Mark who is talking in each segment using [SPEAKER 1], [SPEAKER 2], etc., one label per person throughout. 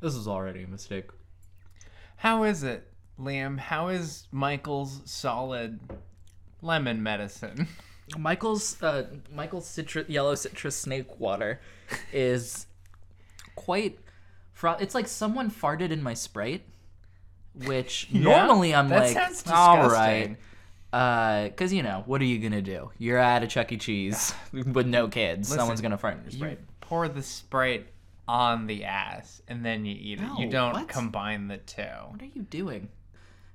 [SPEAKER 1] This is already a mistake.
[SPEAKER 2] How is it, Liam? How is Michael's solid lemon medicine?
[SPEAKER 3] Michael's uh, Michael's citrus yellow citrus snake water is quite. Fro- it's like someone farted in my sprite, which normally
[SPEAKER 2] Yeah,
[SPEAKER 3] I'm
[SPEAKER 2] that
[SPEAKER 3] like,
[SPEAKER 2] sounds
[SPEAKER 3] all right,
[SPEAKER 2] disgusting."
[SPEAKER 3] because you know what are you gonna do? You're at a Chuck E. Cheese with no kids. Someone's gonna fart in your
[SPEAKER 2] You
[SPEAKER 3] sprite.
[SPEAKER 2] pour the Sprite on the ass and then you eat it. you
[SPEAKER 3] No,
[SPEAKER 2] don't
[SPEAKER 3] what?
[SPEAKER 2] combine the two.
[SPEAKER 3] What are you doing?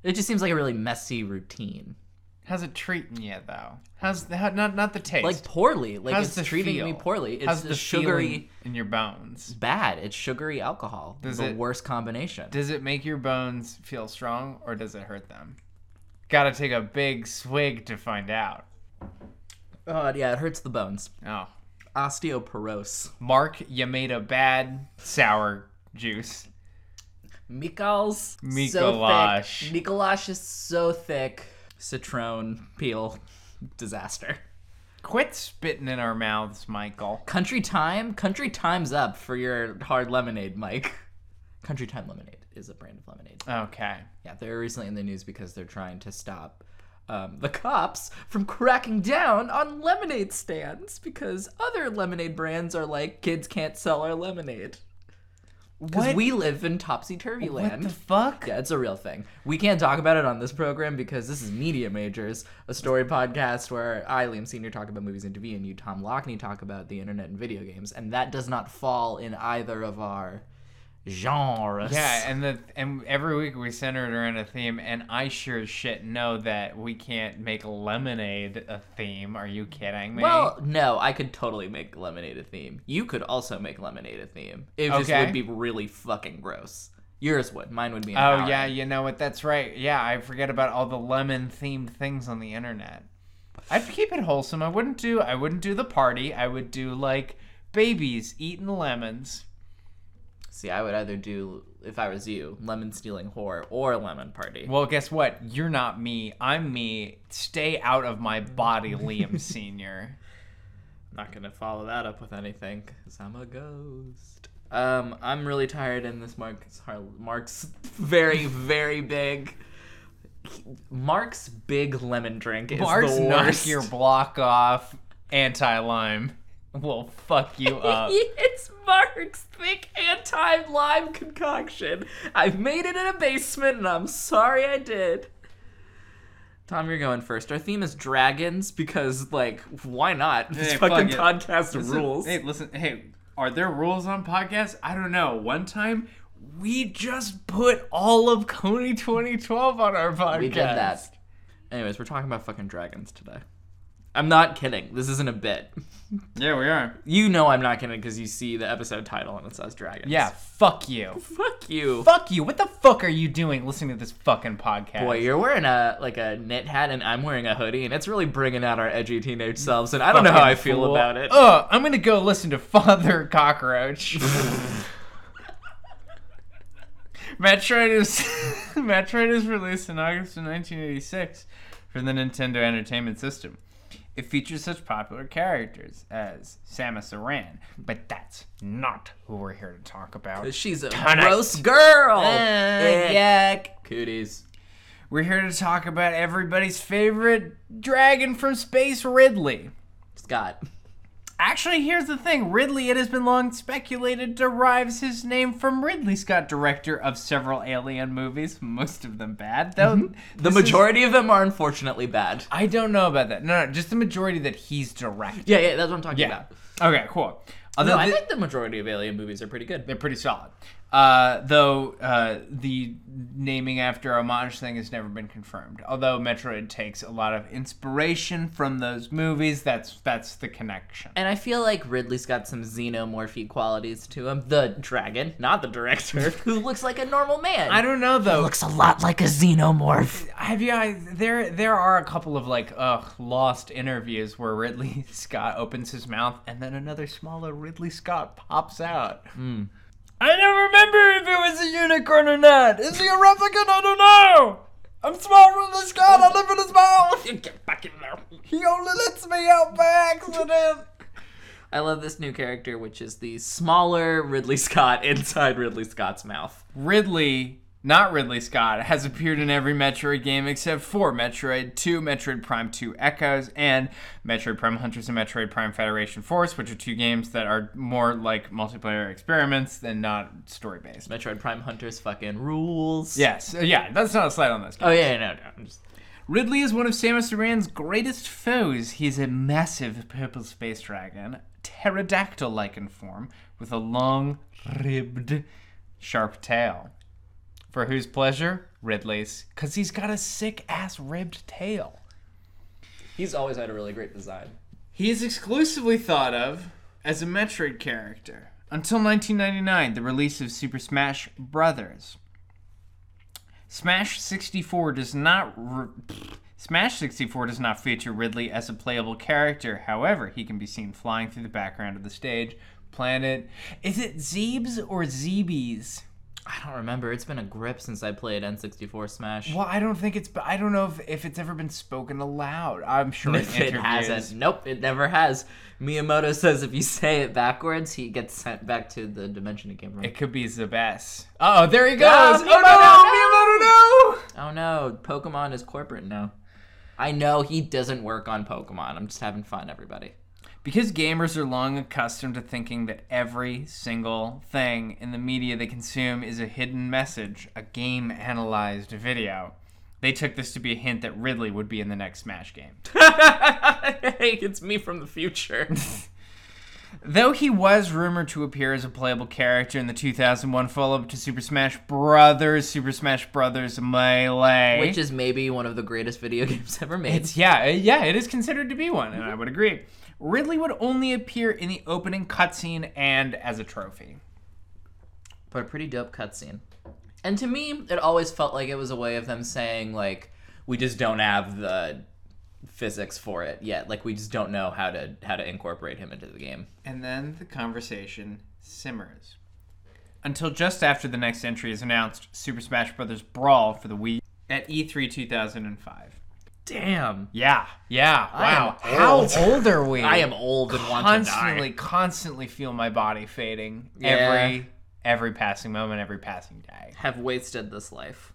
[SPEAKER 3] It just seems like a really messy routine.
[SPEAKER 2] How's it treating you though? How's the, how, not not the taste?
[SPEAKER 3] Like poorly. Like
[SPEAKER 2] How's the
[SPEAKER 3] it's treating me
[SPEAKER 2] feel?
[SPEAKER 3] poorly. It's
[SPEAKER 2] How's
[SPEAKER 3] just
[SPEAKER 2] the
[SPEAKER 3] sugary.
[SPEAKER 2] feeling in your bones?
[SPEAKER 3] Bad. It's sugary alcohol.
[SPEAKER 2] Does
[SPEAKER 3] the
[SPEAKER 2] it-
[SPEAKER 3] worst combination.
[SPEAKER 2] Does it make your bones feel strong or does it hurt them? Gotta take a big swig to find out.
[SPEAKER 3] God, Uh, yeah, it hurts the bones.
[SPEAKER 2] Oh.
[SPEAKER 3] Osteoporose.
[SPEAKER 2] Mark, you made a bad sour juice.
[SPEAKER 3] Mikals. So
[SPEAKER 2] Mikolash.
[SPEAKER 3] thick. Mikolash is so thick. Citron peel. Disaster.
[SPEAKER 2] Quit spitting in our mouths, Michael.
[SPEAKER 3] Country time. Country time's up for your hard lemonade, Mike. Country time lemonade is a brand of lemonade.
[SPEAKER 2] Okay.
[SPEAKER 3] Yeah, they were recently in the news because they're trying to stop um, the cops from cracking down on lemonade stands because other lemonade brands are like, kids can't sell our lemonade. Because
[SPEAKER 2] What?
[SPEAKER 3] we live in topsy turvy land.
[SPEAKER 2] What the fuck?
[SPEAKER 3] yeah, it's a real thing. We can't talk about it on this program because this is Media Majors, a story podcast where I, Liam Sr., talk about movies and TV, and you, Tom Lockney, talk about the internet and video games. And that does not fall in either of our genres.
[SPEAKER 2] Yeah, and the and every week we center it around a theme, and I sure as shit know that we can't make lemonade a theme. Are you kidding me?
[SPEAKER 3] Well, no, I could totally make lemonade a theme. You could also make lemonade a theme. It just
[SPEAKER 2] Okay.
[SPEAKER 3] would be really fucking gross. Yours would. Mine would be.
[SPEAKER 2] oh
[SPEAKER 3] Empowering.
[SPEAKER 2] yeah, you know what? That's right. Yeah, I forget about all the lemon themed things on the internet. I'd keep it wholesome. I wouldn't do I wouldn't do the party. I would do like babies eating lemons.
[SPEAKER 3] See, I would either do if I was you, lemon stealing whore or lemon party.
[SPEAKER 2] Well, guess what? You're not me. I'm me. Stay out of my body, Liam Senior.
[SPEAKER 3] I'm not gonna follow that up with anything because I'm a ghost. Um, I'm really tired, and this Mark's har- Mark's very very big. Mark's big lemon drink is
[SPEAKER 2] Mark's
[SPEAKER 3] the
[SPEAKER 2] knock
[SPEAKER 3] worst.
[SPEAKER 2] your block off anti lime. Will fuck you up.
[SPEAKER 3] it's Mark's thick anti-lime concoction. I made it in a basement, and I'm sorry I did. Tom, you're going first. Our theme is dragons because, like, why not? This
[SPEAKER 2] Hey,
[SPEAKER 3] fucking
[SPEAKER 2] fuck it.
[SPEAKER 3] podcast rules.
[SPEAKER 2] Hey, listen. Hey, are there rules on podcasts? I don't know. One time, we just put all of Coney 2012 on our podcast.
[SPEAKER 3] we did that. Anyways, we're talking about fucking dragons today. I'm not kidding. This isn't a bit.
[SPEAKER 2] Yeah, we are.
[SPEAKER 3] You know I'm not kidding because you see the episode title and it says dragons.
[SPEAKER 2] Yeah, fuck you.
[SPEAKER 3] Fuck you.
[SPEAKER 2] fuck you. What the fuck are you doing listening to this fucking podcast?
[SPEAKER 3] Boy, you're wearing a like a knit hat and I'm wearing a hoodie, and it's really bringing out our edgy teenage selves. And I don't know how I feel about it.
[SPEAKER 2] Oh, I'm gonna go listen to Father Cockroach. Metroid is Metroid is released in August of 1986 for the Nintendo Entertainment System. It features such popular characters as Samus Aran, but that's not who we're here to talk about.
[SPEAKER 3] She's a
[SPEAKER 2] Tonight.
[SPEAKER 3] gross girl. Eh.
[SPEAKER 2] yuck.
[SPEAKER 3] Cooties.
[SPEAKER 2] We're here to talk about everybody's favorite dragon from space, Ridley.
[SPEAKER 3] Scott.
[SPEAKER 2] Actually, here's the thing. Ridley, it has been long speculated, derives his name from Ridley Scott, director of several alien movies, most of them bad, though.
[SPEAKER 3] Mm-hmm. The
[SPEAKER 2] this is-
[SPEAKER 3] majority of them are unfortunately bad.
[SPEAKER 2] I don't know about that. No, no, just the majority that he's directed.
[SPEAKER 3] Yeah, yeah, that's what I'm talking about.
[SPEAKER 2] Okay, cool. Although
[SPEAKER 3] No, I
[SPEAKER 2] thi-
[SPEAKER 3] think the majority of alien movies are pretty good.
[SPEAKER 2] they're pretty solid. Uh, though uh, the naming after homage thing has never been confirmed. Although Metroid takes a lot of inspiration from those movies, that's that's the connection.
[SPEAKER 3] And I feel like Ridley's got some xenomorphy qualities to him. The dragon, not the director, who looks like a normal man.
[SPEAKER 2] I don't know though.
[SPEAKER 3] looks a lot like a xenomorph.
[SPEAKER 2] Have you? I, there, there are a couple of like ugh, lost interviews where Ridley Scott opens his mouth and then another smaller Ridley Scott pops out. I don't remember if it was a unicorn or not. Is he a replicant? I don't know. I'm small Ridley Scott. I live in his mouth.
[SPEAKER 3] Get back in there.
[SPEAKER 2] He only lets me out by accident.
[SPEAKER 3] I love this new character, which is the smaller Ridley Scott inside Ridley Scott's mouth.
[SPEAKER 2] Ridley, not Ridley Scott, has appeared in every Metroid game except for Metroid 2, Metroid Prime 2 Echoes, and Metroid Prime Hunters and Metroid Prime Federation Force, which are two games that are more like multiplayer experiments than not story based.
[SPEAKER 3] Metroid Prime Hunters fucking rules.
[SPEAKER 2] Yes, uh, yeah, that's not a slight on those.
[SPEAKER 3] Oh yeah, no, no. I'm just
[SPEAKER 2] Ridley is one of Samus Aran's greatest foes. He's a massive purple space dragon, pterodactyl like in form, with a long, ribbed, sharp tail. For whose pleasure? Ridley's. Because he's got a sick ass ribbed tail.
[SPEAKER 3] He's always had a really great design.
[SPEAKER 2] He is exclusively thought of as a Metroid character until 1999, the release of Super Smash Brothers. Smash 64 does not r Smash 64 does not feature Ridley as a playable character. However, he can be seen flying through the background of the stage. Planet is it Zeebs or Zeebies?
[SPEAKER 3] I don't remember. It's been a grip since I played N64 Smash.
[SPEAKER 2] Well, I don't think it's. I don't know if, if it's ever been spoken aloud. I'm sure in
[SPEAKER 3] If it
[SPEAKER 2] interviews.
[SPEAKER 3] hasn't. Nope, it never has. Miyamoto says if you say it backwards, he gets sent back to the dimension he came from.
[SPEAKER 2] It could be Zabas. Oh, there he goes.
[SPEAKER 3] Ah,
[SPEAKER 2] oh no, no, Miyamoto, no!
[SPEAKER 3] Oh no, Pokemon is corporate now. I know he doesn't work on Pokemon. I'm just having fun, everybody.
[SPEAKER 2] Because gamers are long accustomed to thinking that every single thing in the media they consume is a hidden message, a game analyzed video, they took this to be a hint that Ridley would be in the next Smash game.
[SPEAKER 3] hey, it's me from the future.
[SPEAKER 2] Though he was rumored to appear as a playable character in the 2001 follow up to Super Smash Bros., Super Smash Bros. Melee.
[SPEAKER 3] Which is maybe one of the greatest video games ever made.
[SPEAKER 2] Yeah, uh, yeah, it is considered to be one, and I would agree. Ridley would only appear in the opening cutscene and as a trophy.
[SPEAKER 3] but a pretty dope cutscene. And to me, it always felt like it was a way of them saying like, we just don't have the physics for it yet. Like we just don't know how to how to incorporate him into the game.
[SPEAKER 2] And then the conversation simmers. Until just after the next entry is announced, Super Smash Bros. Brawl for the Wii at E E3 2005.
[SPEAKER 3] Damn.
[SPEAKER 2] Yeah, yeah, wow.
[SPEAKER 3] am
[SPEAKER 2] How
[SPEAKER 3] old.
[SPEAKER 2] old are we?
[SPEAKER 3] I am old and want to die.
[SPEAKER 2] constantly, constantly feel my body fading
[SPEAKER 3] Yeah.
[SPEAKER 2] every every passing moment, every passing day.
[SPEAKER 3] have wasted this life.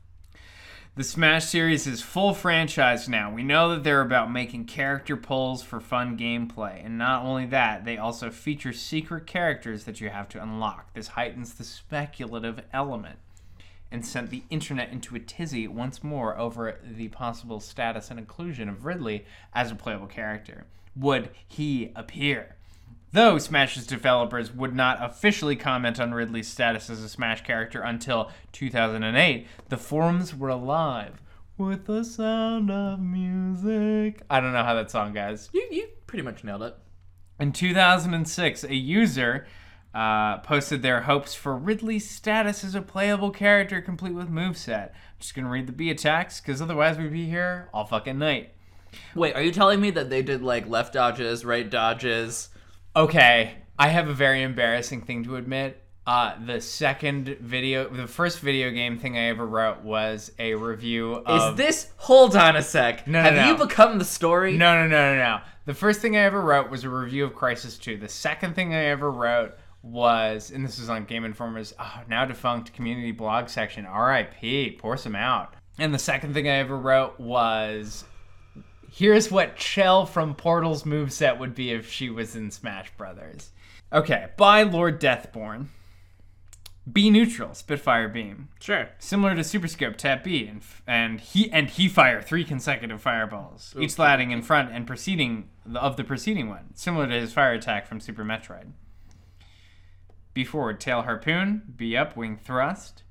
[SPEAKER 2] The Smash series is full franchise now. We know that they're about making character pulls for fun gameplay, and not only that, they also feature secret characters that you have to unlock. This heightens the speculative element and sent the internet into a tizzy once more over the possible status and inclusion of Ridley as a playable character. Would he appear? Though Smash's developers would not officially comment on Ridley's status as a Smash character until 2008, the forums were alive with the sound of music. I don't know how that song goes.
[SPEAKER 3] You you pretty much nailed it.
[SPEAKER 2] In 2006, a user uh, posted their hopes for Ridley's status as a playable character complete with moveset. I'm just going to read the B attacks because otherwise we'd be here all fucking night.
[SPEAKER 3] Wait, are you telling me that they did like left dodges, right dodges?
[SPEAKER 2] Okay, I have a very embarrassing thing to admit. Uh, the second video, the first video game thing I ever wrote was a review
[SPEAKER 3] Is
[SPEAKER 2] of.
[SPEAKER 3] this hold on a sec.
[SPEAKER 2] No, no,
[SPEAKER 3] have
[SPEAKER 2] no.
[SPEAKER 3] you become the story?
[SPEAKER 2] No, no, no, no, no. The first thing I ever wrote was a review of Crisis 2. The second thing I ever wrote was, and this was on Game Informer's oh, now defunct community blog section. RIP, pour some out. And the second thing I ever wrote was, here's what Chell from Portal's moveset would be if she was in Smash Brothers. Okay, by Lord Deathborn. Be neutral, Spitfire Beam
[SPEAKER 3] Sure.
[SPEAKER 2] similar to Super Scope, Tap B, and, f- and he and he fire three consecutive fireballs, each landing in front and preceding the, of the preceding one, similar to his fire attack from Super Metroid. B forward, tail harpoon. B up, wing thrust.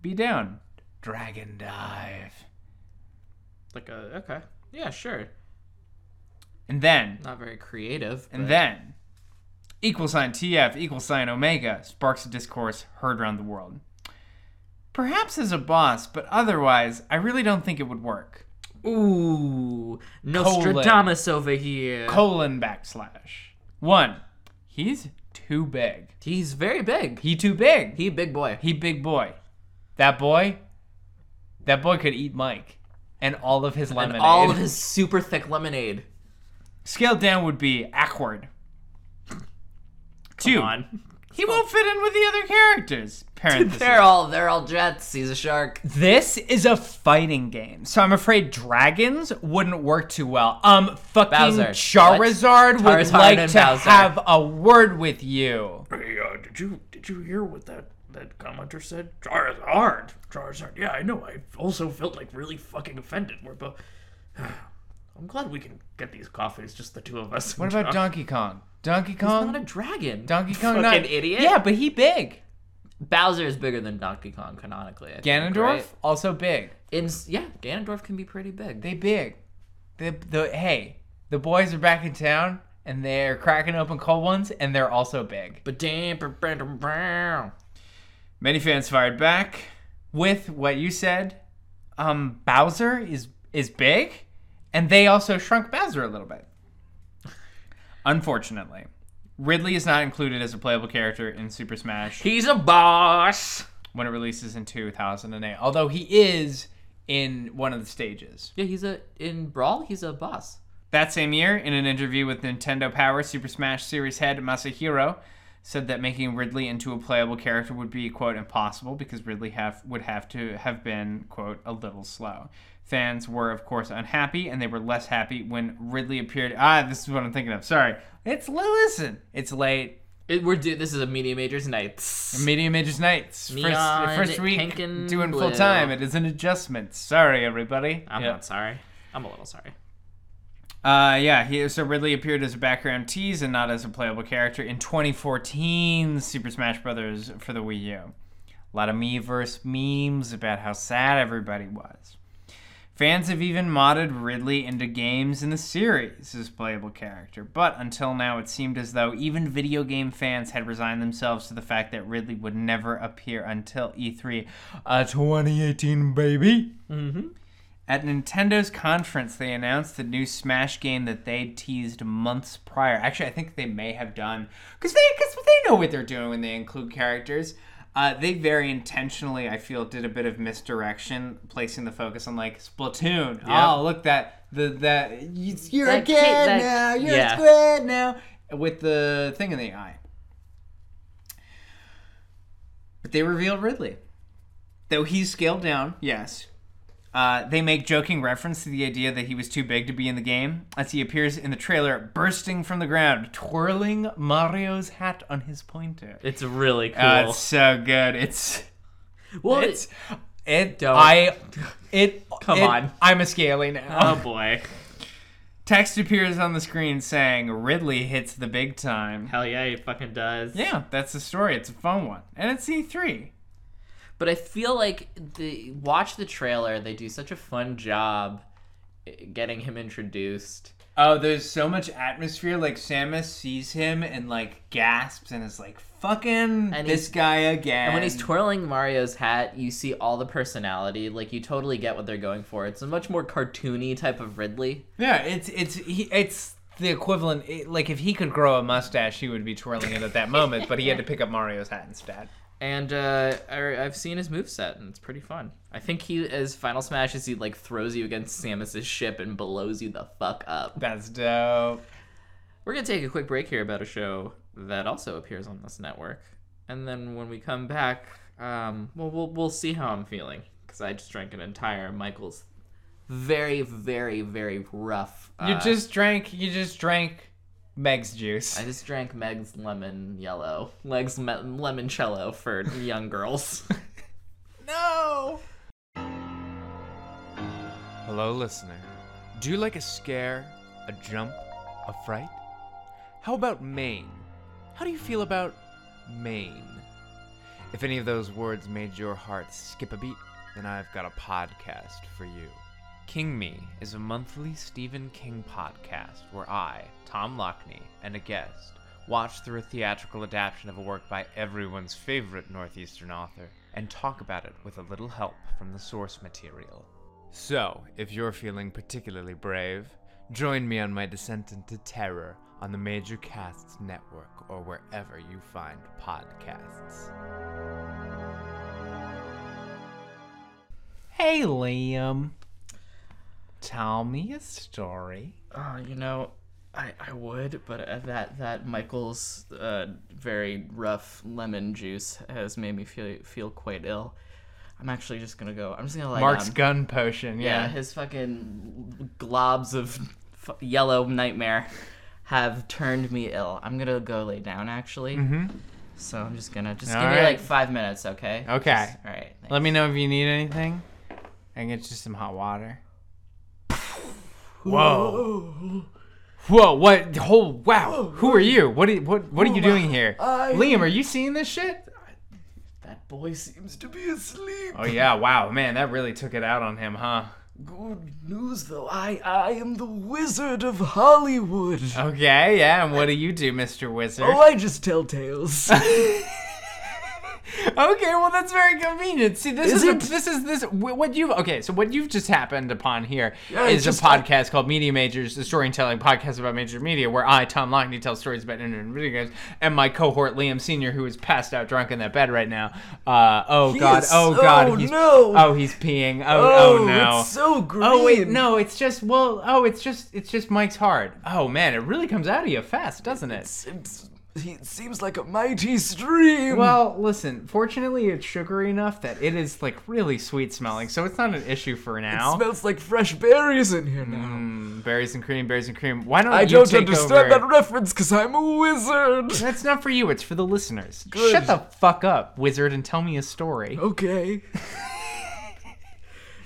[SPEAKER 2] B down, dragon dive.
[SPEAKER 3] Like a okay. Yeah, sure.
[SPEAKER 2] And then,
[SPEAKER 3] Not very creative.
[SPEAKER 2] and
[SPEAKER 3] but-
[SPEAKER 2] then, equal sign TF, equal sign Omega, sparks a discourse heard around the world. Perhaps as a boss, but otherwise, I really don't think it would work.
[SPEAKER 3] Ooh, Nostradamus over here.
[SPEAKER 2] colon backslash. One, he's too big.
[SPEAKER 3] He's very big.
[SPEAKER 2] He too big. He,
[SPEAKER 3] He big boy.
[SPEAKER 2] he big boy. That boy, that boy could eat Mike and all of his lemonade.
[SPEAKER 3] And all of his super thick lemonade.
[SPEAKER 2] Scaled down would be awkward. Dude,
[SPEAKER 1] on.
[SPEAKER 2] he won't fit in with the other characters. Parentheses.
[SPEAKER 3] They're all they're all jets. He's a shark.
[SPEAKER 2] This is a fighting game, so I'm afraid dragons wouldn't work too well. Um, fucking
[SPEAKER 3] Bowser.
[SPEAKER 2] Charizard
[SPEAKER 3] What?
[SPEAKER 2] would
[SPEAKER 3] Charizard
[SPEAKER 2] like
[SPEAKER 3] and
[SPEAKER 2] to
[SPEAKER 3] Bowser.
[SPEAKER 2] have a word with you.
[SPEAKER 1] Hey, uh, did you did you hear what that that commenter said? Charizard, Charizard. Yeah, I know. I also felt like really fucking offended. We're both. I'm glad we can get these coffees, just the two of us.
[SPEAKER 2] What about Donkey Kong? Donkey
[SPEAKER 3] He's not
[SPEAKER 2] Kong?
[SPEAKER 3] a dragon.
[SPEAKER 2] Donkey Kong?
[SPEAKER 3] fucking
[SPEAKER 2] not-
[SPEAKER 3] idiot.
[SPEAKER 2] Yeah, but he big.
[SPEAKER 3] Bowser is bigger than Donkey Kong canonically. I think,
[SPEAKER 2] Ganondorf
[SPEAKER 3] right?
[SPEAKER 2] also big.
[SPEAKER 3] In yeah, Ganondorf can be pretty big.
[SPEAKER 2] They big. The the hey, the boys are back in town and they're cracking open cold ones and they're also big.
[SPEAKER 3] But damn, br- br- br- br-
[SPEAKER 2] Many fans fired back with what you said. Um, Bowser is is big, and they also shrunk Bowser a little bit. Unfortunately, Ridley is not included as a playable character in Super Smash
[SPEAKER 3] he's a boss.
[SPEAKER 2] when it releases in 2008. Although he is in one of the stages.
[SPEAKER 3] Yeah, he's a in Brawl. He's a boss.
[SPEAKER 2] That same year, in an interview with Nintendo Power, Super Smash Series head Masahiro said that making Ridley into a playable character would be quote impossible because Ridley have would have to have been quote a little slow. Fans were of course unhappy, and they were less happy when Ridley appeared. Ah, this is what I'm thinking of. Sorry, it's listen, it's late.
[SPEAKER 3] It, we're do, this is a media majors night.
[SPEAKER 2] Medium Ages Nights first
[SPEAKER 3] Neon,
[SPEAKER 2] first week
[SPEAKER 3] pink and
[SPEAKER 2] doing
[SPEAKER 3] blue.
[SPEAKER 2] full time. It is an adjustment. Sorry everybody.
[SPEAKER 3] I'm
[SPEAKER 2] Yeah.
[SPEAKER 3] not sorry. I'm a little sorry.
[SPEAKER 2] Uh, yeah, he, so Ridley appeared as a background tease and not as a playable character in 2014 Super Smash Bros. for the Wii U. A lot of Miiverse memes about how sad everybody was. Fans have even modded Ridley into games in the series as playable character, but until now it seemed as though even video game fans had resigned themselves to the fact that Ridley would never appear until E3 uh, 2018, baby. At Nintendo's conference, they announced the new Smash game that they teased months prior. Actually, I think they may have done because they because they know what they're doing when they include characters. Uh, they very intentionally, I feel, did a bit of misdirection, placing the focus on like Splatoon. Oh, look that the that you- you're a
[SPEAKER 3] That
[SPEAKER 2] kid
[SPEAKER 3] kid, that-
[SPEAKER 2] now, you're
[SPEAKER 3] yeah.
[SPEAKER 2] a squid now, with the thing in the eye. But they revealed Ridley, though he's scaled down. Yes, uh, they make joking reference to the idea that he was too big to be in the game, as he appears in the trailer, bursting from the ground, twirling Mario's hat on his pointer.
[SPEAKER 3] It's really cool.
[SPEAKER 2] Uh, it's so good. It's
[SPEAKER 3] well,
[SPEAKER 2] it's it.
[SPEAKER 3] Don't.
[SPEAKER 2] I it.
[SPEAKER 3] Come
[SPEAKER 2] it-
[SPEAKER 3] on.
[SPEAKER 2] I'm a scaly now.
[SPEAKER 1] Oh boy.
[SPEAKER 2] Text appears on the screen saying Ridley hits the big time.
[SPEAKER 1] Hell yeah, he fucking does.
[SPEAKER 2] Yeah, that's the story. It's a fun one, and it's E3.
[SPEAKER 3] But I feel like the watch the trailer. They do such a fun job getting him introduced.
[SPEAKER 2] Oh, there's so much atmosphere. Like Samus sees him and like gasps and is like, "Fucking
[SPEAKER 3] And
[SPEAKER 2] this
[SPEAKER 3] he's-
[SPEAKER 2] guy again."
[SPEAKER 3] And when he's twirling Mario's hat, you see all the personality. Like you totally get what they're going for. It's a much more cartoony type of Ridley.
[SPEAKER 2] yeah, it's it's he, it's the equivalent. It, like if he could grow a mustache, he would be twirling it at that moment. but he had to pick up Mario's hat instead.
[SPEAKER 3] And uh, I, I've seen his moveset, and it's pretty fun. I think he, as Final Smash, is he like throws you against Samus's ship and blows you the fuck up.
[SPEAKER 2] That's dope.
[SPEAKER 3] We're gonna take a quick break here about a show that also appears on this network, and then when we come back, um, well, we'll we'll see how I'm feeling because I just drank an entire Michael's very very very rough. Uh,
[SPEAKER 2] You just drank. You just drank Meg's juice.
[SPEAKER 3] I just drank Meg's lemon yellow, Meg's me- lemoncello for young girls.
[SPEAKER 2] No. Hello, listener. Do you like a scare, a jump, a fright? How about Maine? How do you feel about Maine? If any of those words made your heart skip a beat, then I've got a podcast for you. King Me is a monthly Stephen King podcast where I, Tom Lockney, and a guest watch through a theatrical adaptation of a work by everyone's favorite Northeastern author and talk about it with a little help from the source material. So, if you're feeling particularly brave, join me on my descent into terror on the Major Casts Network or wherever you find podcasts. Hey, Liam. Tell me a story.
[SPEAKER 3] Oh, you know,
[SPEAKER 4] Uh, I, I would, but uh, that that Michael's uh, very rough lemon juice has made me feel feel quite ill. I'm actually just gonna go. I'm just gonna lie
[SPEAKER 2] Mark's
[SPEAKER 4] down.
[SPEAKER 2] gun potion.
[SPEAKER 4] yeah,
[SPEAKER 2] Yeah.
[SPEAKER 4] his fucking globs of f- yellow nightmare have turned me ill. I'm gonna go lay down actually.
[SPEAKER 2] Mhm.
[SPEAKER 4] So I'm just gonna just
[SPEAKER 2] All
[SPEAKER 4] give me
[SPEAKER 2] right.
[SPEAKER 4] like five minutes, okay?
[SPEAKER 2] Okay.
[SPEAKER 4] Just- all right.
[SPEAKER 2] Let me know if you need anything. I can get you some hot water. Whoa. Whoa, what? Whole wow. Who are you? What are you, what what are you doing here?
[SPEAKER 4] I-
[SPEAKER 2] Liam, are you seeing this shit?
[SPEAKER 4] That boy seems to be asleep.
[SPEAKER 2] Oh yeah, wow, man, that really took it out on him, huh?
[SPEAKER 4] Good news though. I I am the Wizard of Hollywood.
[SPEAKER 2] Okay, yeah, and what do you do, Mr. Wizard?
[SPEAKER 4] I just tell tales.
[SPEAKER 2] okay, well that's very convenient. See, this is,
[SPEAKER 4] Is it?
[SPEAKER 2] A, this is this wh- what you've okay. So what you've just happened upon here is
[SPEAKER 4] Yeah, it's
[SPEAKER 2] a
[SPEAKER 4] just-
[SPEAKER 2] podcast called Media Majors, a storytelling podcast about major media, where I, Tom Lockney, tell stories about internet and video games, and my cohort Liam Senior, who is passed out drunk in that bed right now. Uh, oh
[SPEAKER 4] He
[SPEAKER 2] God,
[SPEAKER 4] is-
[SPEAKER 2] oh God,
[SPEAKER 4] oh,
[SPEAKER 2] he's,
[SPEAKER 4] no.
[SPEAKER 2] oh he's peeing, oh, oh, no.
[SPEAKER 4] It's so green.
[SPEAKER 2] Oh wait, no, it's just well, oh, it's just it's just Mike's heart. Oh man, it really comes out of you fast, doesn't it?
[SPEAKER 4] It's- It seems like a mighty stream.
[SPEAKER 2] Well, listen, fortunately it's sugary enough that it is like really sweet smelling, so it's not an issue for now.
[SPEAKER 4] smells like fresh berries in here now.
[SPEAKER 2] Mm, berries and cream, berries and cream. Why don't
[SPEAKER 4] I
[SPEAKER 2] you
[SPEAKER 4] don't
[SPEAKER 2] take
[SPEAKER 4] understand
[SPEAKER 2] over?
[SPEAKER 4] that reference because I'm a wizard.
[SPEAKER 2] That's not for you, it's for the listeners.
[SPEAKER 4] Good.
[SPEAKER 2] Shut the fuck up, wizard, and tell me a story.
[SPEAKER 4] Okay.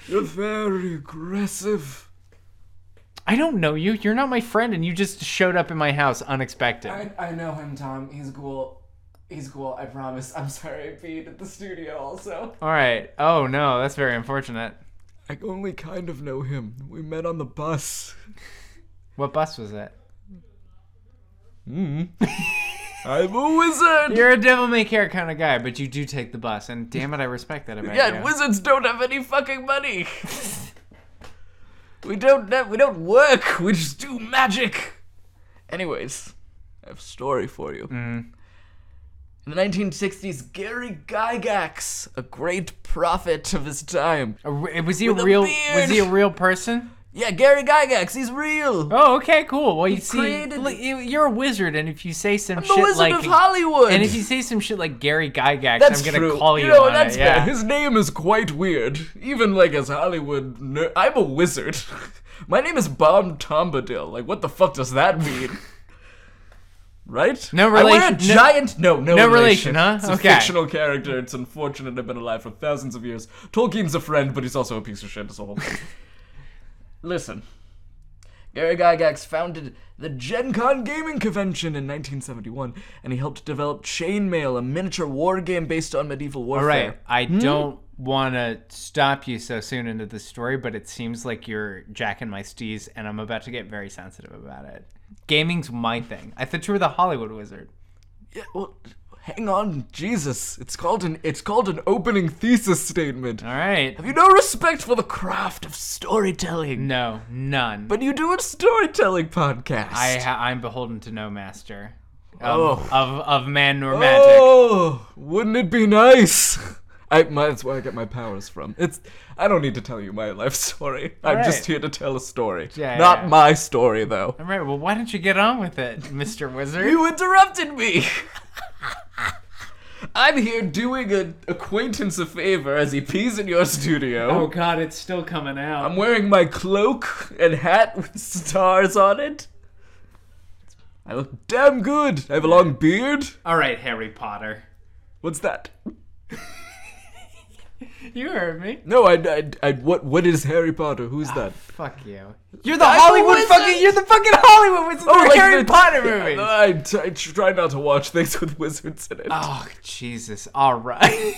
[SPEAKER 4] You're very aggressive.
[SPEAKER 2] I don't know you. You're not my friend and you just showed up in my house unexpected.
[SPEAKER 4] I, I know him, Tom. He's cool. He's cool, I promise. I'm sorry I peed at the studio also.
[SPEAKER 2] All right. Oh no, that's very unfortunate.
[SPEAKER 4] I only kind of know him. We met on the bus.
[SPEAKER 2] What bus was it?
[SPEAKER 4] I'm a wizard!
[SPEAKER 2] You're a devil may care kind of guy, but you do take the bus, and damn it, I respect that about
[SPEAKER 4] Yeah,
[SPEAKER 2] you.
[SPEAKER 4] wizards don't have any fucking money. we don't have, we don't work. We just do magic. Anyways, I have a story for you.
[SPEAKER 2] Mm-hmm.
[SPEAKER 4] In the 1960s, Gary Gygax, a great prophet of his time.
[SPEAKER 2] A re- was he a
[SPEAKER 4] With a
[SPEAKER 2] real?
[SPEAKER 4] beard.
[SPEAKER 2] was he a real person?
[SPEAKER 4] Yeah, Gary Gygax, he's real.
[SPEAKER 2] Oh, okay, cool. Well, you see,
[SPEAKER 4] created-
[SPEAKER 2] look, you- you're a wizard, and if you say some
[SPEAKER 4] The
[SPEAKER 2] shit
[SPEAKER 4] Wizard
[SPEAKER 2] like,
[SPEAKER 4] of Hollywood.
[SPEAKER 2] and if you say some shit like Gary Gygax,
[SPEAKER 4] that's
[SPEAKER 2] I'm gonna
[SPEAKER 4] true.
[SPEAKER 2] call you,
[SPEAKER 4] you know,
[SPEAKER 2] on
[SPEAKER 4] that's
[SPEAKER 2] it.
[SPEAKER 4] fair.
[SPEAKER 2] Yeah.
[SPEAKER 4] His name is quite weird. Even like as Hollywood ner- I'm a wizard. My name is Bob Tombadil. Like what the fuck does that mean? right?
[SPEAKER 2] No
[SPEAKER 4] I wear a
[SPEAKER 2] relation- no-
[SPEAKER 4] giant no no,
[SPEAKER 2] no relation, huh?
[SPEAKER 4] It's
[SPEAKER 2] Okay.
[SPEAKER 4] a fictional character. It's unfortunate I've been alive for thousands of years. Tolkien's a friend, but he's also a piece of shit as a whole. Listen. Gary Gygax founded the Gen Con Gaming Convention in 1971, and he helped develop Chainmail, a miniature war game based on medieval warfare.
[SPEAKER 2] All right, I
[SPEAKER 4] Hmm?
[SPEAKER 2] don't want to stop you so soon into the story, but it seems like you're jacking my steez, and I'm about to get very sensitive about it. Gaming's my thing. I thought you were the Hollywood wizard.
[SPEAKER 4] Yeah, well, hang on, Jesus. It's called an it's called an opening thesis statement.
[SPEAKER 2] All right.
[SPEAKER 4] Have you no respect for the craft of storytelling?
[SPEAKER 2] No, none.
[SPEAKER 4] But you do a storytelling podcast.
[SPEAKER 2] I ha- I'm beholden to no master of,
[SPEAKER 4] Oh.
[SPEAKER 2] of of man nor magic.
[SPEAKER 4] Oh, wouldn't it be nice? I, my, that's where I get my powers from. It's I don't need to tell you my life story. I'm
[SPEAKER 2] right.
[SPEAKER 4] just here to tell a story.
[SPEAKER 2] Yeah,
[SPEAKER 4] Not
[SPEAKER 2] yeah.
[SPEAKER 4] my story though.
[SPEAKER 2] All right, well, why don't you get on with it, Mister Wizard?
[SPEAKER 4] You interrupted me. I'm here doing an acquaintance a favor as he pees in your
[SPEAKER 2] Oh
[SPEAKER 4] studio.
[SPEAKER 2] God, it's still coming out.
[SPEAKER 4] I'm wearing my cloak and hat with stars on it. I look damn good. I have a long beard.
[SPEAKER 2] All right, Harry Potter,
[SPEAKER 4] What's that?
[SPEAKER 2] you heard me.
[SPEAKER 4] No, I, I, I what, what is Harry Potter? Who's that?
[SPEAKER 2] Fuck you. You're the
[SPEAKER 4] I'm a
[SPEAKER 2] Hollywood
[SPEAKER 4] wizard!
[SPEAKER 2] fucking. You're the fucking Hollywood wizard. Oh,
[SPEAKER 4] like
[SPEAKER 2] Harry
[SPEAKER 4] the-
[SPEAKER 2] Potter
[SPEAKER 4] yeah,
[SPEAKER 2] movies.
[SPEAKER 4] I, t- I try not to watch things with wizards in it.
[SPEAKER 2] oh Jesus! All right.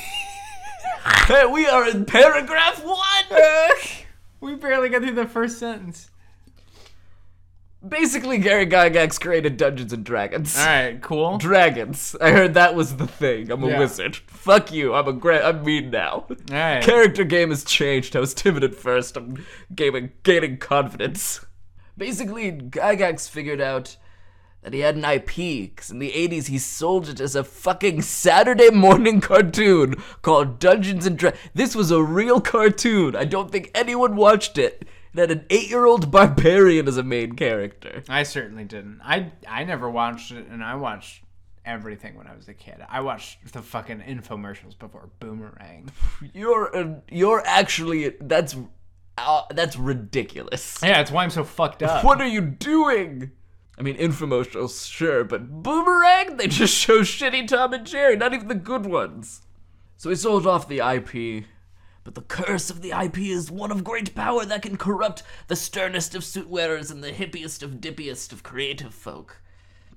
[SPEAKER 4] Hey, we are in paragraph one.
[SPEAKER 2] we barely got through the first sentence.
[SPEAKER 4] Basically, Gary Gygax created Dungeons and Dragons.
[SPEAKER 2] All right, cool.
[SPEAKER 4] Dragons. I heard that was the thing. I'm a
[SPEAKER 2] Yeah.
[SPEAKER 4] wizard. Fuck you. I'm a gra- I'm mean now.
[SPEAKER 2] All right.
[SPEAKER 4] Character game has changed. I was timid at first. I'm gaming, gaining confidence. Basically, Gygax figured out that he had an IP, 'cause in the 80s he sold it as a fucking Saturday morning cartoon called Dungeons and Dragons. This was a real cartoon. I don't think anyone watched it.
[SPEAKER 3] that an eight-year-old barbarian is a main character.
[SPEAKER 2] I certainly didn't. I I never watched it, and I watched everything when I was a kid. I watched the fucking infomercials before Boomerang.
[SPEAKER 3] You're an, you're actually that's uh, that's ridiculous.
[SPEAKER 2] Yeah, that's why I'm so fucked up.
[SPEAKER 3] What are you doing? I mean, infomercials, sure, but Boomerang? They just show shitty Tom and Jerry, not even the good ones. So he sold off the IP, but the curse of the IP is one of great power that can corrupt the sternest of suit wearers and the hippiest of dippiest of creative folk.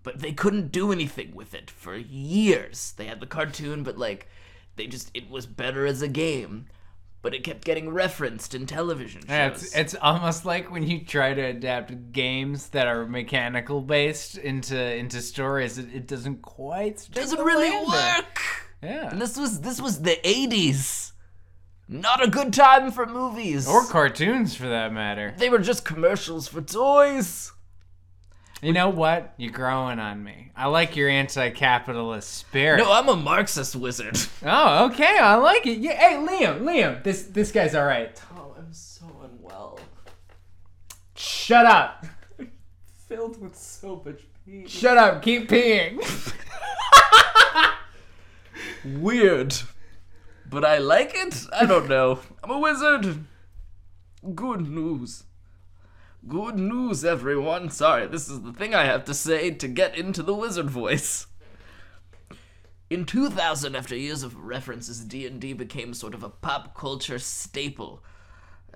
[SPEAKER 3] But they couldn't do anything with it for years. They had the cartoon, but like, they just, it was better as a game. But it kept getting referenced in television shows.
[SPEAKER 2] Yeah, it's, it's almost like when you try to adapt games that are mechanical based into into stories, it, it doesn't quite stick
[SPEAKER 3] doesn't
[SPEAKER 2] the
[SPEAKER 3] really
[SPEAKER 2] landing.
[SPEAKER 3] work. And
[SPEAKER 2] Yeah,
[SPEAKER 3] this was this was the 80s. Not a good time for movies.
[SPEAKER 2] or cartoons for that matter.
[SPEAKER 3] they were just commercials for toys.
[SPEAKER 2] You know what? You're growing on me. I like your anti-capitalist spirit.
[SPEAKER 3] No, I'm a Marxist wizard.
[SPEAKER 2] oh, okay, I like it. Yeah, hey, Liam, Liam, this this guy's all right.
[SPEAKER 3] Oh, I'm so unwell.
[SPEAKER 2] Shut up.
[SPEAKER 3] Filled with so much pee.
[SPEAKER 2] Shut up. Keep peeing.
[SPEAKER 3] Weird. But I like it? I don't know. I'm a wizard. Good news. Good news, everyone. Sorry, this is the thing I have to say to get into the wizard voice. In 2000, after years of references, D&D became sort of a pop culture staple.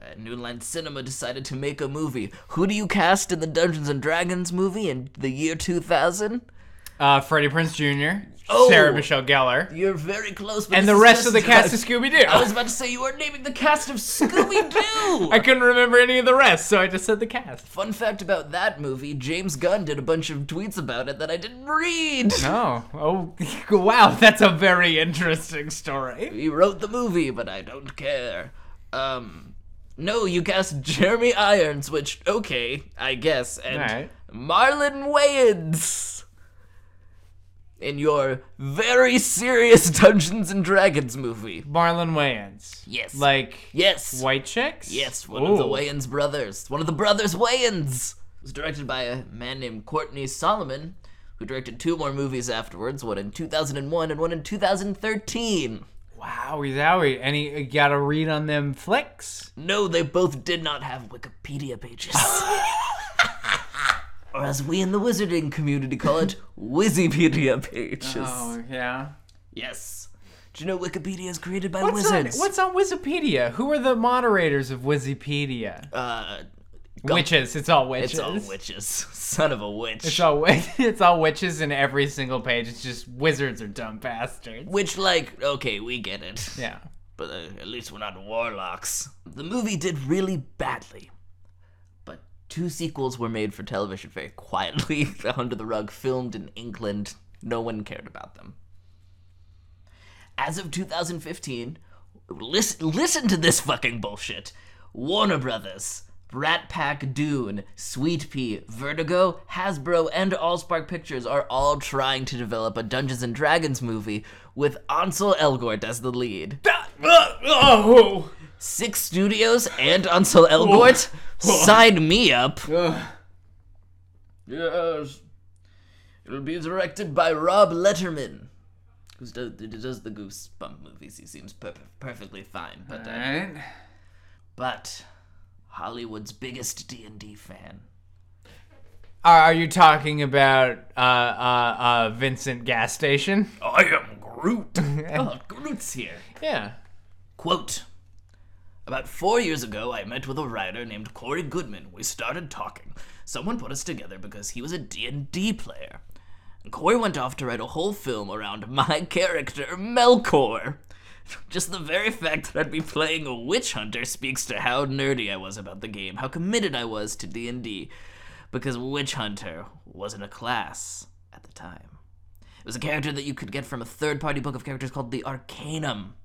[SPEAKER 3] Uh, New Line Cinema decided to make a movie. Who do you cast in the Dungeons and Dragons movie in the year 2000?
[SPEAKER 2] Uh, Freddie Prince Jr.,
[SPEAKER 3] Oh.
[SPEAKER 2] Sarah Michelle Gellar,
[SPEAKER 3] You're very close. but
[SPEAKER 2] and
[SPEAKER 3] this
[SPEAKER 2] the
[SPEAKER 3] is
[SPEAKER 2] rest
[SPEAKER 3] just
[SPEAKER 2] of the
[SPEAKER 3] about-
[SPEAKER 2] cast of Scooby Doo.
[SPEAKER 3] I was about to say you are naming the cast of Scooby Doo.
[SPEAKER 2] I couldn't remember any of the rest, so I just said the cast.
[SPEAKER 3] Fun fact about that movie: James Gunn did a bunch of tweets about it that I didn't read.
[SPEAKER 2] Oh, oh, wow, that's a very interesting story.
[SPEAKER 3] He wrote the movie, but I don't care. Um, no, you cast Jeremy Irons, which okay, I guess, and
[SPEAKER 2] Alright.
[SPEAKER 3] Marlon Wayans in your very serious Dungeons and Dragons movie.
[SPEAKER 2] Marlon Wayans.
[SPEAKER 3] Yes.
[SPEAKER 2] Like
[SPEAKER 3] Yes.
[SPEAKER 2] White Chicks?
[SPEAKER 3] Yes, one of the
[SPEAKER 2] Ooh.
[SPEAKER 3] Wayans brothers. One of the brothers Wayans. It was directed by a man named Courtney Solomon, who directed two more movies afterwards, one in 2001 and one in 2013.
[SPEAKER 2] Wowie zowie. And he got to read on them flicks?
[SPEAKER 3] No, they both did not have Wikipedia pages. or as we in the wizarding community call it, Wikipedia pages.
[SPEAKER 2] Oh. yeah.
[SPEAKER 3] Yes. Do you know Wikipedia is created by
[SPEAKER 2] What's on,
[SPEAKER 3] wizards?
[SPEAKER 2] what's on Wikipedia? Who are the moderators of Wikipedia?
[SPEAKER 3] Uh,
[SPEAKER 2] witches. It's all witches.
[SPEAKER 3] it's all witches. Son of a witch.
[SPEAKER 2] It's all, wi- it's all witches in every single page. It's just wizards are dumb bastards.
[SPEAKER 3] Which, like, okay, we get it.
[SPEAKER 2] Yeah.
[SPEAKER 3] but uh, at least we're not warlocks. The movie did really badly, but two sequels were made for television very quietly, under the rug, filmed in England. No one cared about them. As of 2015, listen, listen to this fucking bullshit. Warner Brothers, Rat Pack, Dune, Sweet Pea, Vertigo, Hasbro, and Allspark Pictures are all trying to develop a Dungeons and Dragons movie with Ansel Elgort as the lead
[SPEAKER 2] Oh!
[SPEAKER 3] six studios and Ansel Elgort? Sign me up. Yes. It'll be directed by Rob Letterman, who does, who does the Goosebump movies. He seems per- perfectly fine, but uh,
[SPEAKER 2] Alright.
[SPEAKER 3] but Hollywood's biggest D and D fan.
[SPEAKER 2] Are, are you talking about uh, uh, uh, Vincent Gas Station?
[SPEAKER 1] I am Groot.
[SPEAKER 3] Oh, Groot's here.
[SPEAKER 2] Yeah.
[SPEAKER 3] Quote About four years ago, I met with a writer named Corey Goodman. We started talking. Someone put us together because he was a D&D player. And Corey went off to write a whole film around my character, Melkor. Just the very fact that I'd be playing a witch hunter speaks to how nerdy I was about the game, how committed I was to D&D, because witch hunter wasn't a class at the time. It was a character that you could get from a third-party book of characters called the Arcanum.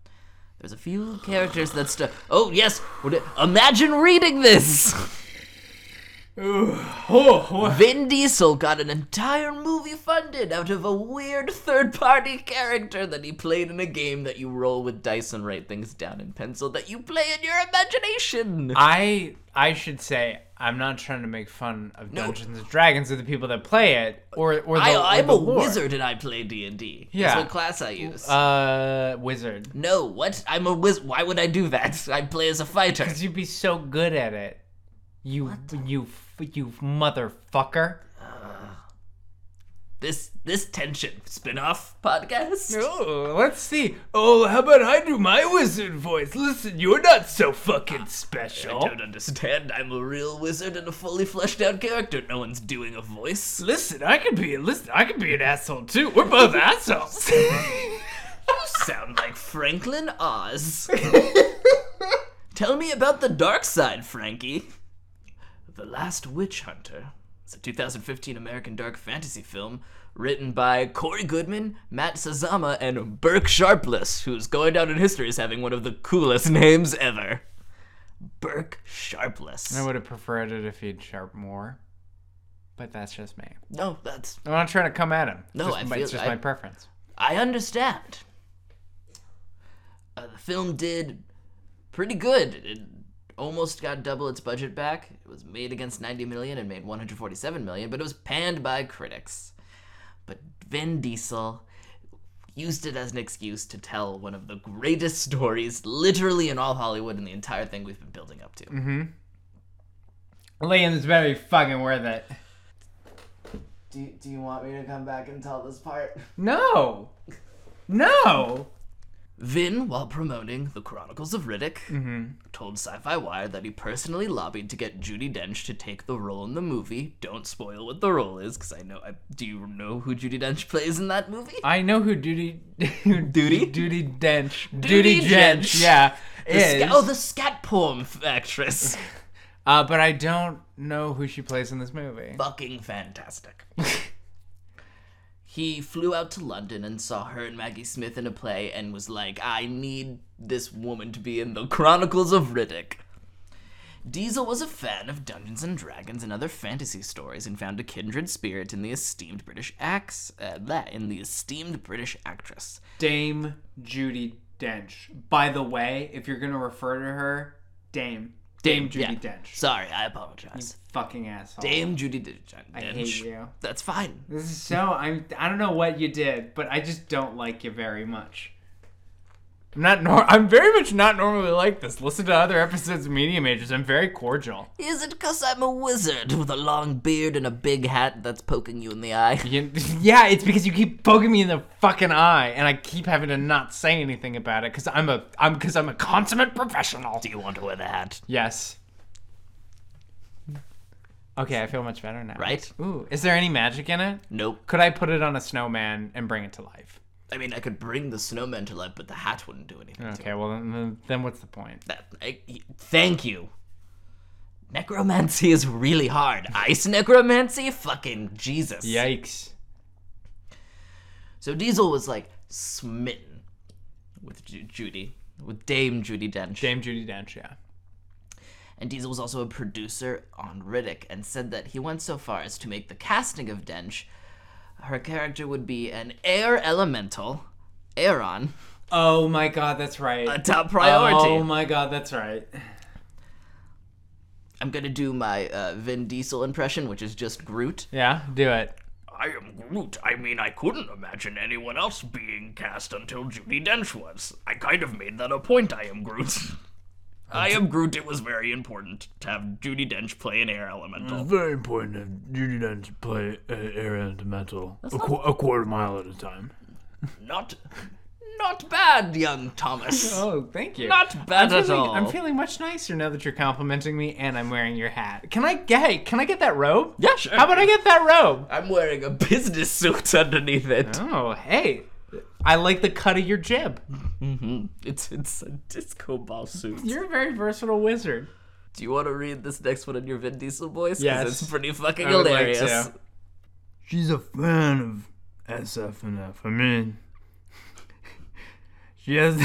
[SPEAKER 3] There's a few characters that stuck. Oh yes, Would it- imagine reading this.
[SPEAKER 2] Oh, what?
[SPEAKER 3] Vin Diesel got an entire movie funded out of a weird third party character that he played in a game that you roll with dice and write things down in pencil that you play in your imagination.
[SPEAKER 2] I I should say I'm not trying to make fun of Dungeons and Dragons or the people that play it or or the or
[SPEAKER 3] I, I'm a
[SPEAKER 2] the lore.
[SPEAKER 3] wizard and I play D and D.
[SPEAKER 2] Yeah.
[SPEAKER 3] That's what class I use.
[SPEAKER 2] Uh, wizard.
[SPEAKER 3] no, what? I'm a wiz. Why would I do that? I play as a fighter.
[SPEAKER 2] Because you'd be so good at it. You you f- you motherfucker.
[SPEAKER 3] This this tension spin-off podcast.
[SPEAKER 2] Oh, let's see. Oh, how about I do my wizard voice? Listen, you're not so fucking
[SPEAKER 3] Ah, I
[SPEAKER 2] special.
[SPEAKER 3] don't understand. I'm a real wizard and a fully fleshed out character. No one's doing a voice.
[SPEAKER 2] Listen, I could be listen, I could be an asshole too. We're both assholes.
[SPEAKER 3] sound like Franklin Oz. Tell me about the dark side, Frankie. The Last Witch Hunter. It's a 2015 American dark fantasy film written by Corey Goodman, Matt Sazama, and Burke Sharpless, who's going down in history as having one of the coolest names ever. Burke Sharpless.
[SPEAKER 2] I would have preferred it if he'd sharp more, but that's just me.
[SPEAKER 3] No, that's.
[SPEAKER 2] I'm not trying to come at him. It's
[SPEAKER 3] No,
[SPEAKER 2] just,
[SPEAKER 3] I
[SPEAKER 2] my- it's
[SPEAKER 3] feel-
[SPEAKER 2] just
[SPEAKER 3] I-
[SPEAKER 2] my preference.
[SPEAKER 3] I understand. Uh, the film did pretty good. It almost got double its budget back. It was made against 90 million and made 147 million, but it was panned by critics. But Vin Diesel used it as an excuse to tell one of the greatest stories, literally in all Hollywood, and the entire thing we've been building up to.
[SPEAKER 2] Liam's very fucking worth it.
[SPEAKER 3] Do, do you want me to come back and tell this part?
[SPEAKER 2] No, no.
[SPEAKER 3] Vin, while promoting The Chronicles of Riddick, told Sci Fi Wire that he personally lobbied to get Judy Dench to take the role in the movie. Don't spoil what the role is, because I know. I, do you know who Judy Dench plays in that movie?
[SPEAKER 2] I know who Duty
[SPEAKER 3] Duty?
[SPEAKER 2] Duty Dench
[SPEAKER 3] Duty Dench.
[SPEAKER 2] Yeah,
[SPEAKER 3] The
[SPEAKER 2] is.
[SPEAKER 3] sc- oh, the scat poem f- actress.
[SPEAKER 2] uh, but I don't know who she plays in this movie.
[SPEAKER 3] Fucking fantastic. he flew out to London and saw her and Maggie Smith in a play and was like, I need this woman to be in the Chronicles of Riddick. Diesel was a fan of Dungeons and Dragons and other fantasy stories and found a kindred spirit in the esteemed British acts, uh, that in the esteemed British actress.
[SPEAKER 2] Dame Judy Dench. By the way, if you're gonna refer to her, Dame Dame, Judy
[SPEAKER 3] yeah.
[SPEAKER 2] Dench.
[SPEAKER 3] Sorry, I apologize.
[SPEAKER 2] Fucking asshole.
[SPEAKER 3] Dame Judy D- Dench.
[SPEAKER 2] I hate you.
[SPEAKER 3] That's fine.
[SPEAKER 2] This is so I'm I don't know what you did, but I just don't like you very much. I'm not nor- I'm very much not normally like this. Listen to other episodes of Media Majors. I'm very cordial.
[SPEAKER 3] Is it because I'm a wizard with a long beard and a big hat that's poking you in the eye?
[SPEAKER 2] You- yeah, it's because you keep poking me in the fucking eye, and I keep having to not say anything about it because I'm a I'm because I'm a consummate professional.
[SPEAKER 3] Do you want to wear the hat?
[SPEAKER 2] Yes. Okay, I feel much better now.
[SPEAKER 3] Right?
[SPEAKER 2] Ooh, is there any magic in it?
[SPEAKER 3] Nope.
[SPEAKER 2] Could I put it on a snowman and bring it to life?
[SPEAKER 3] I mean, I could bring the snowman to life, but the hat wouldn't do anything. to it.
[SPEAKER 2] Okay, well then, then what's the point?
[SPEAKER 3] That, I, thank you. Necromancy is really hard. Ice necromancy? Fucking Jesus.
[SPEAKER 2] Yikes.
[SPEAKER 3] So Diesel was like smitten with Ju- Judy, with Dame Judy Dench.
[SPEAKER 2] Dame Judy Dench, yeah.
[SPEAKER 3] and Diesel was also a producer on Riddick and said that he went so far as to make the casting of Dench her character would be an air elemental, Aeron,
[SPEAKER 2] Oh my god, that's right.
[SPEAKER 3] a top priority.
[SPEAKER 2] Oh my god, that's right.
[SPEAKER 3] I'm gonna do my uh, Vin Diesel impression, which is just Groot.
[SPEAKER 2] Yeah, do it.
[SPEAKER 1] I am Groot. I mean, I couldn't imagine anyone else being cast until Judy Dench was. I kind of made that a point. I am Groot. I am Groot. It was very important to have Judy Dench play an air elemental.
[SPEAKER 5] very important that Judy Dench play uh, air elemental a, qu- a quarter mile at a time.
[SPEAKER 3] Not, not bad, young Thomas.
[SPEAKER 2] Oh, thank you.
[SPEAKER 3] Not bad
[SPEAKER 2] I'm
[SPEAKER 3] at
[SPEAKER 2] feeling,
[SPEAKER 3] all.
[SPEAKER 2] I'm feeling much nicer now that you're complimenting me and I'm wearing your hat. Can I get hey, can I get that robe?
[SPEAKER 3] Yeah, sure.
[SPEAKER 2] How about I get that robe?
[SPEAKER 3] I'm wearing a business suit underneath it.
[SPEAKER 2] Oh, hey. I like the cut of your jib.
[SPEAKER 3] Mm-hmm. It's it's a disco ball suit.
[SPEAKER 2] You're a very versatile wizard.
[SPEAKER 3] Do you want to read this next one in your Vin Diesel voice? 'Cause
[SPEAKER 2] Yes.
[SPEAKER 3] it's pretty fucking
[SPEAKER 2] would like
[SPEAKER 3] hilarious.
[SPEAKER 2] to.
[SPEAKER 5] She's a fan of SFNF. I mean, she has.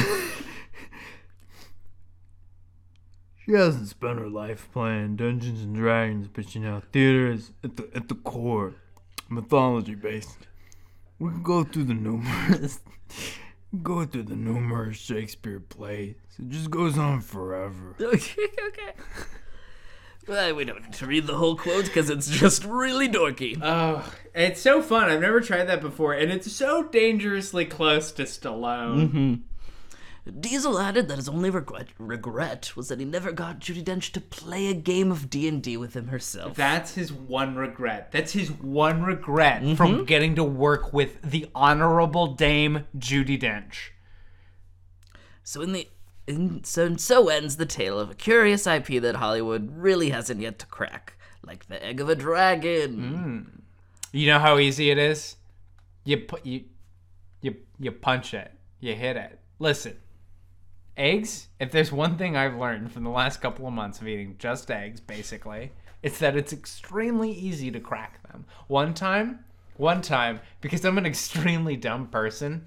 [SPEAKER 5] She hasn't spent her life playing Dungeons and Dragons, but you know, theater is at the at the core, mythology based. We can go through the numerous, go through the numerous Shakespeare plays. It just goes on forever.
[SPEAKER 3] Okay, okay. Well, we don't need to read the whole quote because it's just really dorky.
[SPEAKER 2] Oh, it's so fun. I've never tried that before, and it's so dangerously close to Stallone.
[SPEAKER 3] Diesel added that his only regret, regret was that he never got Judy Dench to play a game of D&D with him herself.
[SPEAKER 2] That's his one regret. That's his one regret from getting to work with the honorable dame Judy Dench.
[SPEAKER 3] So in the in, so and so ends the tale of a curious IP that Hollywood really hasn't yet to crack, like the egg of a dragon.
[SPEAKER 2] You know how easy it is? You put you you you punch it. You hit it. Listen. Eggs, if there's one thing I've learned from the last couple of months of eating just eggs basically, it's that it's extremely easy to crack them. One time, one time because I'm an extremely dumb person,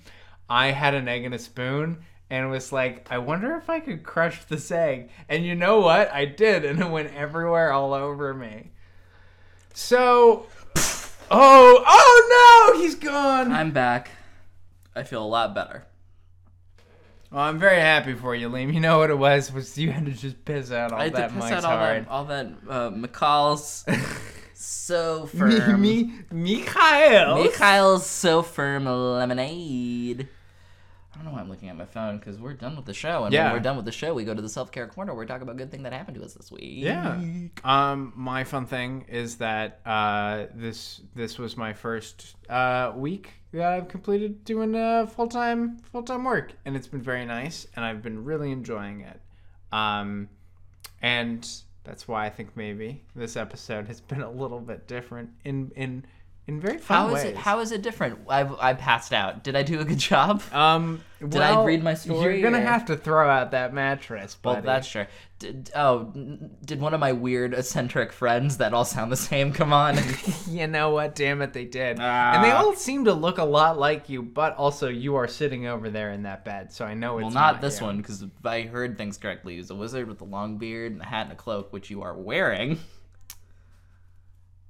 [SPEAKER 2] I had an egg and a spoon and was like, I wonder if I could crush this egg. And you know what? I did and it went everywhere all over me. So, Oh, oh no, he's gone.
[SPEAKER 3] I'm back. I feel a lot better.
[SPEAKER 2] Well, I'm very happy for you, Liam. You know what it was was you had to just piss out all
[SPEAKER 3] I had
[SPEAKER 2] that
[SPEAKER 3] to piss
[SPEAKER 2] Mike's
[SPEAKER 3] out all
[SPEAKER 2] hard.
[SPEAKER 3] that all that uh, McCall's so firm.
[SPEAKER 2] me, Mikhail.
[SPEAKER 3] Mikhail's so firm lemonade. I don't know why I'm looking at my phone because we're done with the show, and
[SPEAKER 2] Yeah.
[SPEAKER 3] when we're done with the show, we go to the self care corner. where we talk about good thing that happened to us this week.
[SPEAKER 2] Yeah. Um, my fun thing is that uh, this this was my first uh, week that I've completed doing uh, full time full time work, and it's been very nice, and I've been really enjoying it. Um, and that's why I think maybe this episode has been a little bit different in in in very fun
[SPEAKER 3] How is
[SPEAKER 2] ways.
[SPEAKER 3] it? How is it different? I I passed out. Did I do a good job?
[SPEAKER 2] Um, did
[SPEAKER 3] I read my story,
[SPEAKER 2] You're gonna
[SPEAKER 3] or-
[SPEAKER 2] have to throw out that mattress,
[SPEAKER 3] Well,
[SPEAKER 2] buddy.
[SPEAKER 3] that's sure. Did, oh, n- did one of my weird eccentric friends that all sound the same come on?
[SPEAKER 2] you know what? Damn it, they did. and they
[SPEAKER 3] Ah.
[SPEAKER 2] all seem to look a lot like you, but also you are sitting over there in that bed, so I know it's
[SPEAKER 3] well, not this
[SPEAKER 2] you.
[SPEAKER 3] one because I heard things correctly. He was a wizard with a long beard and a hat and a cloak, which you are wearing.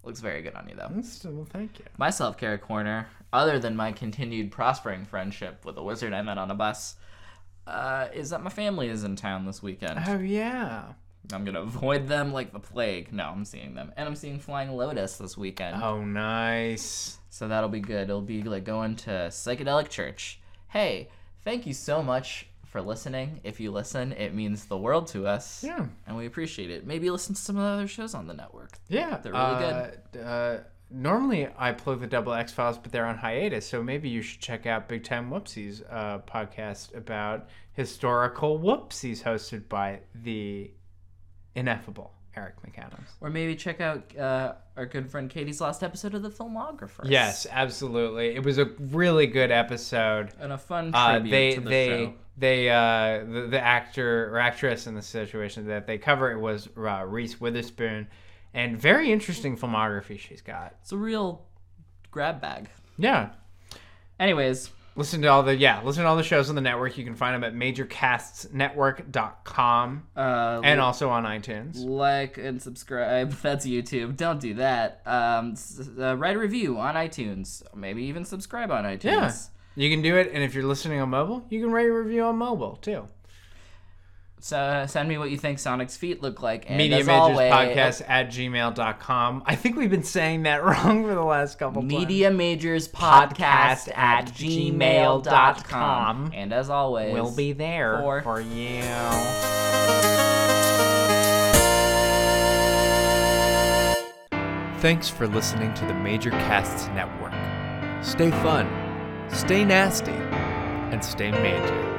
[SPEAKER 3] Looks very good on you, though.
[SPEAKER 2] That's- Well, thank you.
[SPEAKER 3] My self care corner, other than my continued prospering friendship with a wizard I met on a bus, uh, is that my family is in town this weekend.
[SPEAKER 2] Oh yeah.
[SPEAKER 3] I'm gonna avoid them like the plague. No, I'm seeing them, and I'm seeing Flying Lotus this weekend.
[SPEAKER 2] Oh nice.
[SPEAKER 3] So that'll be good. It'll be like going to psychedelic church. Hey, thank you so much for listening. If you listen, it means the world to us.
[SPEAKER 2] Yeah.
[SPEAKER 3] And we appreciate it. Maybe listen to some of the other shows on the network.
[SPEAKER 2] Yeah.
[SPEAKER 3] They're really
[SPEAKER 2] good. Uh, normally I plug the Double X Files, but they're on hiatus, so maybe you should check out Big Time Whoopsies uh, podcast about historical whoopsies hosted by the ineffable Eric McAdams.
[SPEAKER 3] Or maybe check out uh, our good friend Katie's last episode of The Filmographers.
[SPEAKER 2] Yes, absolutely. It was a really good episode.
[SPEAKER 3] And a fun
[SPEAKER 2] Uh,
[SPEAKER 3] tribute
[SPEAKER 2] they
[SPEAKER 3] to the
[SPEAKER 2] they
[SPEAKER 3] show.
[SPEAKER 2] they uh, the, the actor or actress in the situation that they cover was uh, Reese Witherspoon, and very interesting filmography she's got.
[SPEAKER 3] It's a real grab bag.
[SPEAKER 2] Yeah,
[SPEAKER 3] Anyways,
[SPEAKER 2] listen to all the yeah listen to all the shows on the network. You can find them at majorcastsnetwork.com
[SPEAKER 3] uh,
[SPEAKER 2] and also on iTunes.
[SPEAKER 3] like and subscribe. That's YouTube. Don't do that. Um, s- uh, write a review on iTunes. Maybe even subscribe on iTunes.
[SPEAKER 2] Yeah, you can do it. And if you're listening on mobile, you can rate a review on mobile too.
[SPEAKER 3] So uh, send me what you think Sonic's feet look like. And
[SPEAKER 2] Media
[SPEAKER 3] as
[SPEAKER 2] Majors
[SPEAKER 3] always,
[SPEAKER 2] Podcast at gmail.com. I think we've been saying that wrong for the last couple
[SPEAKER 3] Media Majors
[SPEAKER 2] Podcast
[SPEAKER 3] Podcast at
[SPEAKER 2] at
[SPEAKER 3] gmail.com.
[SPEAKER 2] gmail.com.
[SPEAKER 3] And as always,
[SPEAKER 2] times. We'll be there
[SPEAKER 3] for-
[SPEAKER 2] for you.
[SPEAKER 6] Thanks for listening to the Major Casts Network. Stay fun, stay nasty, and stay major.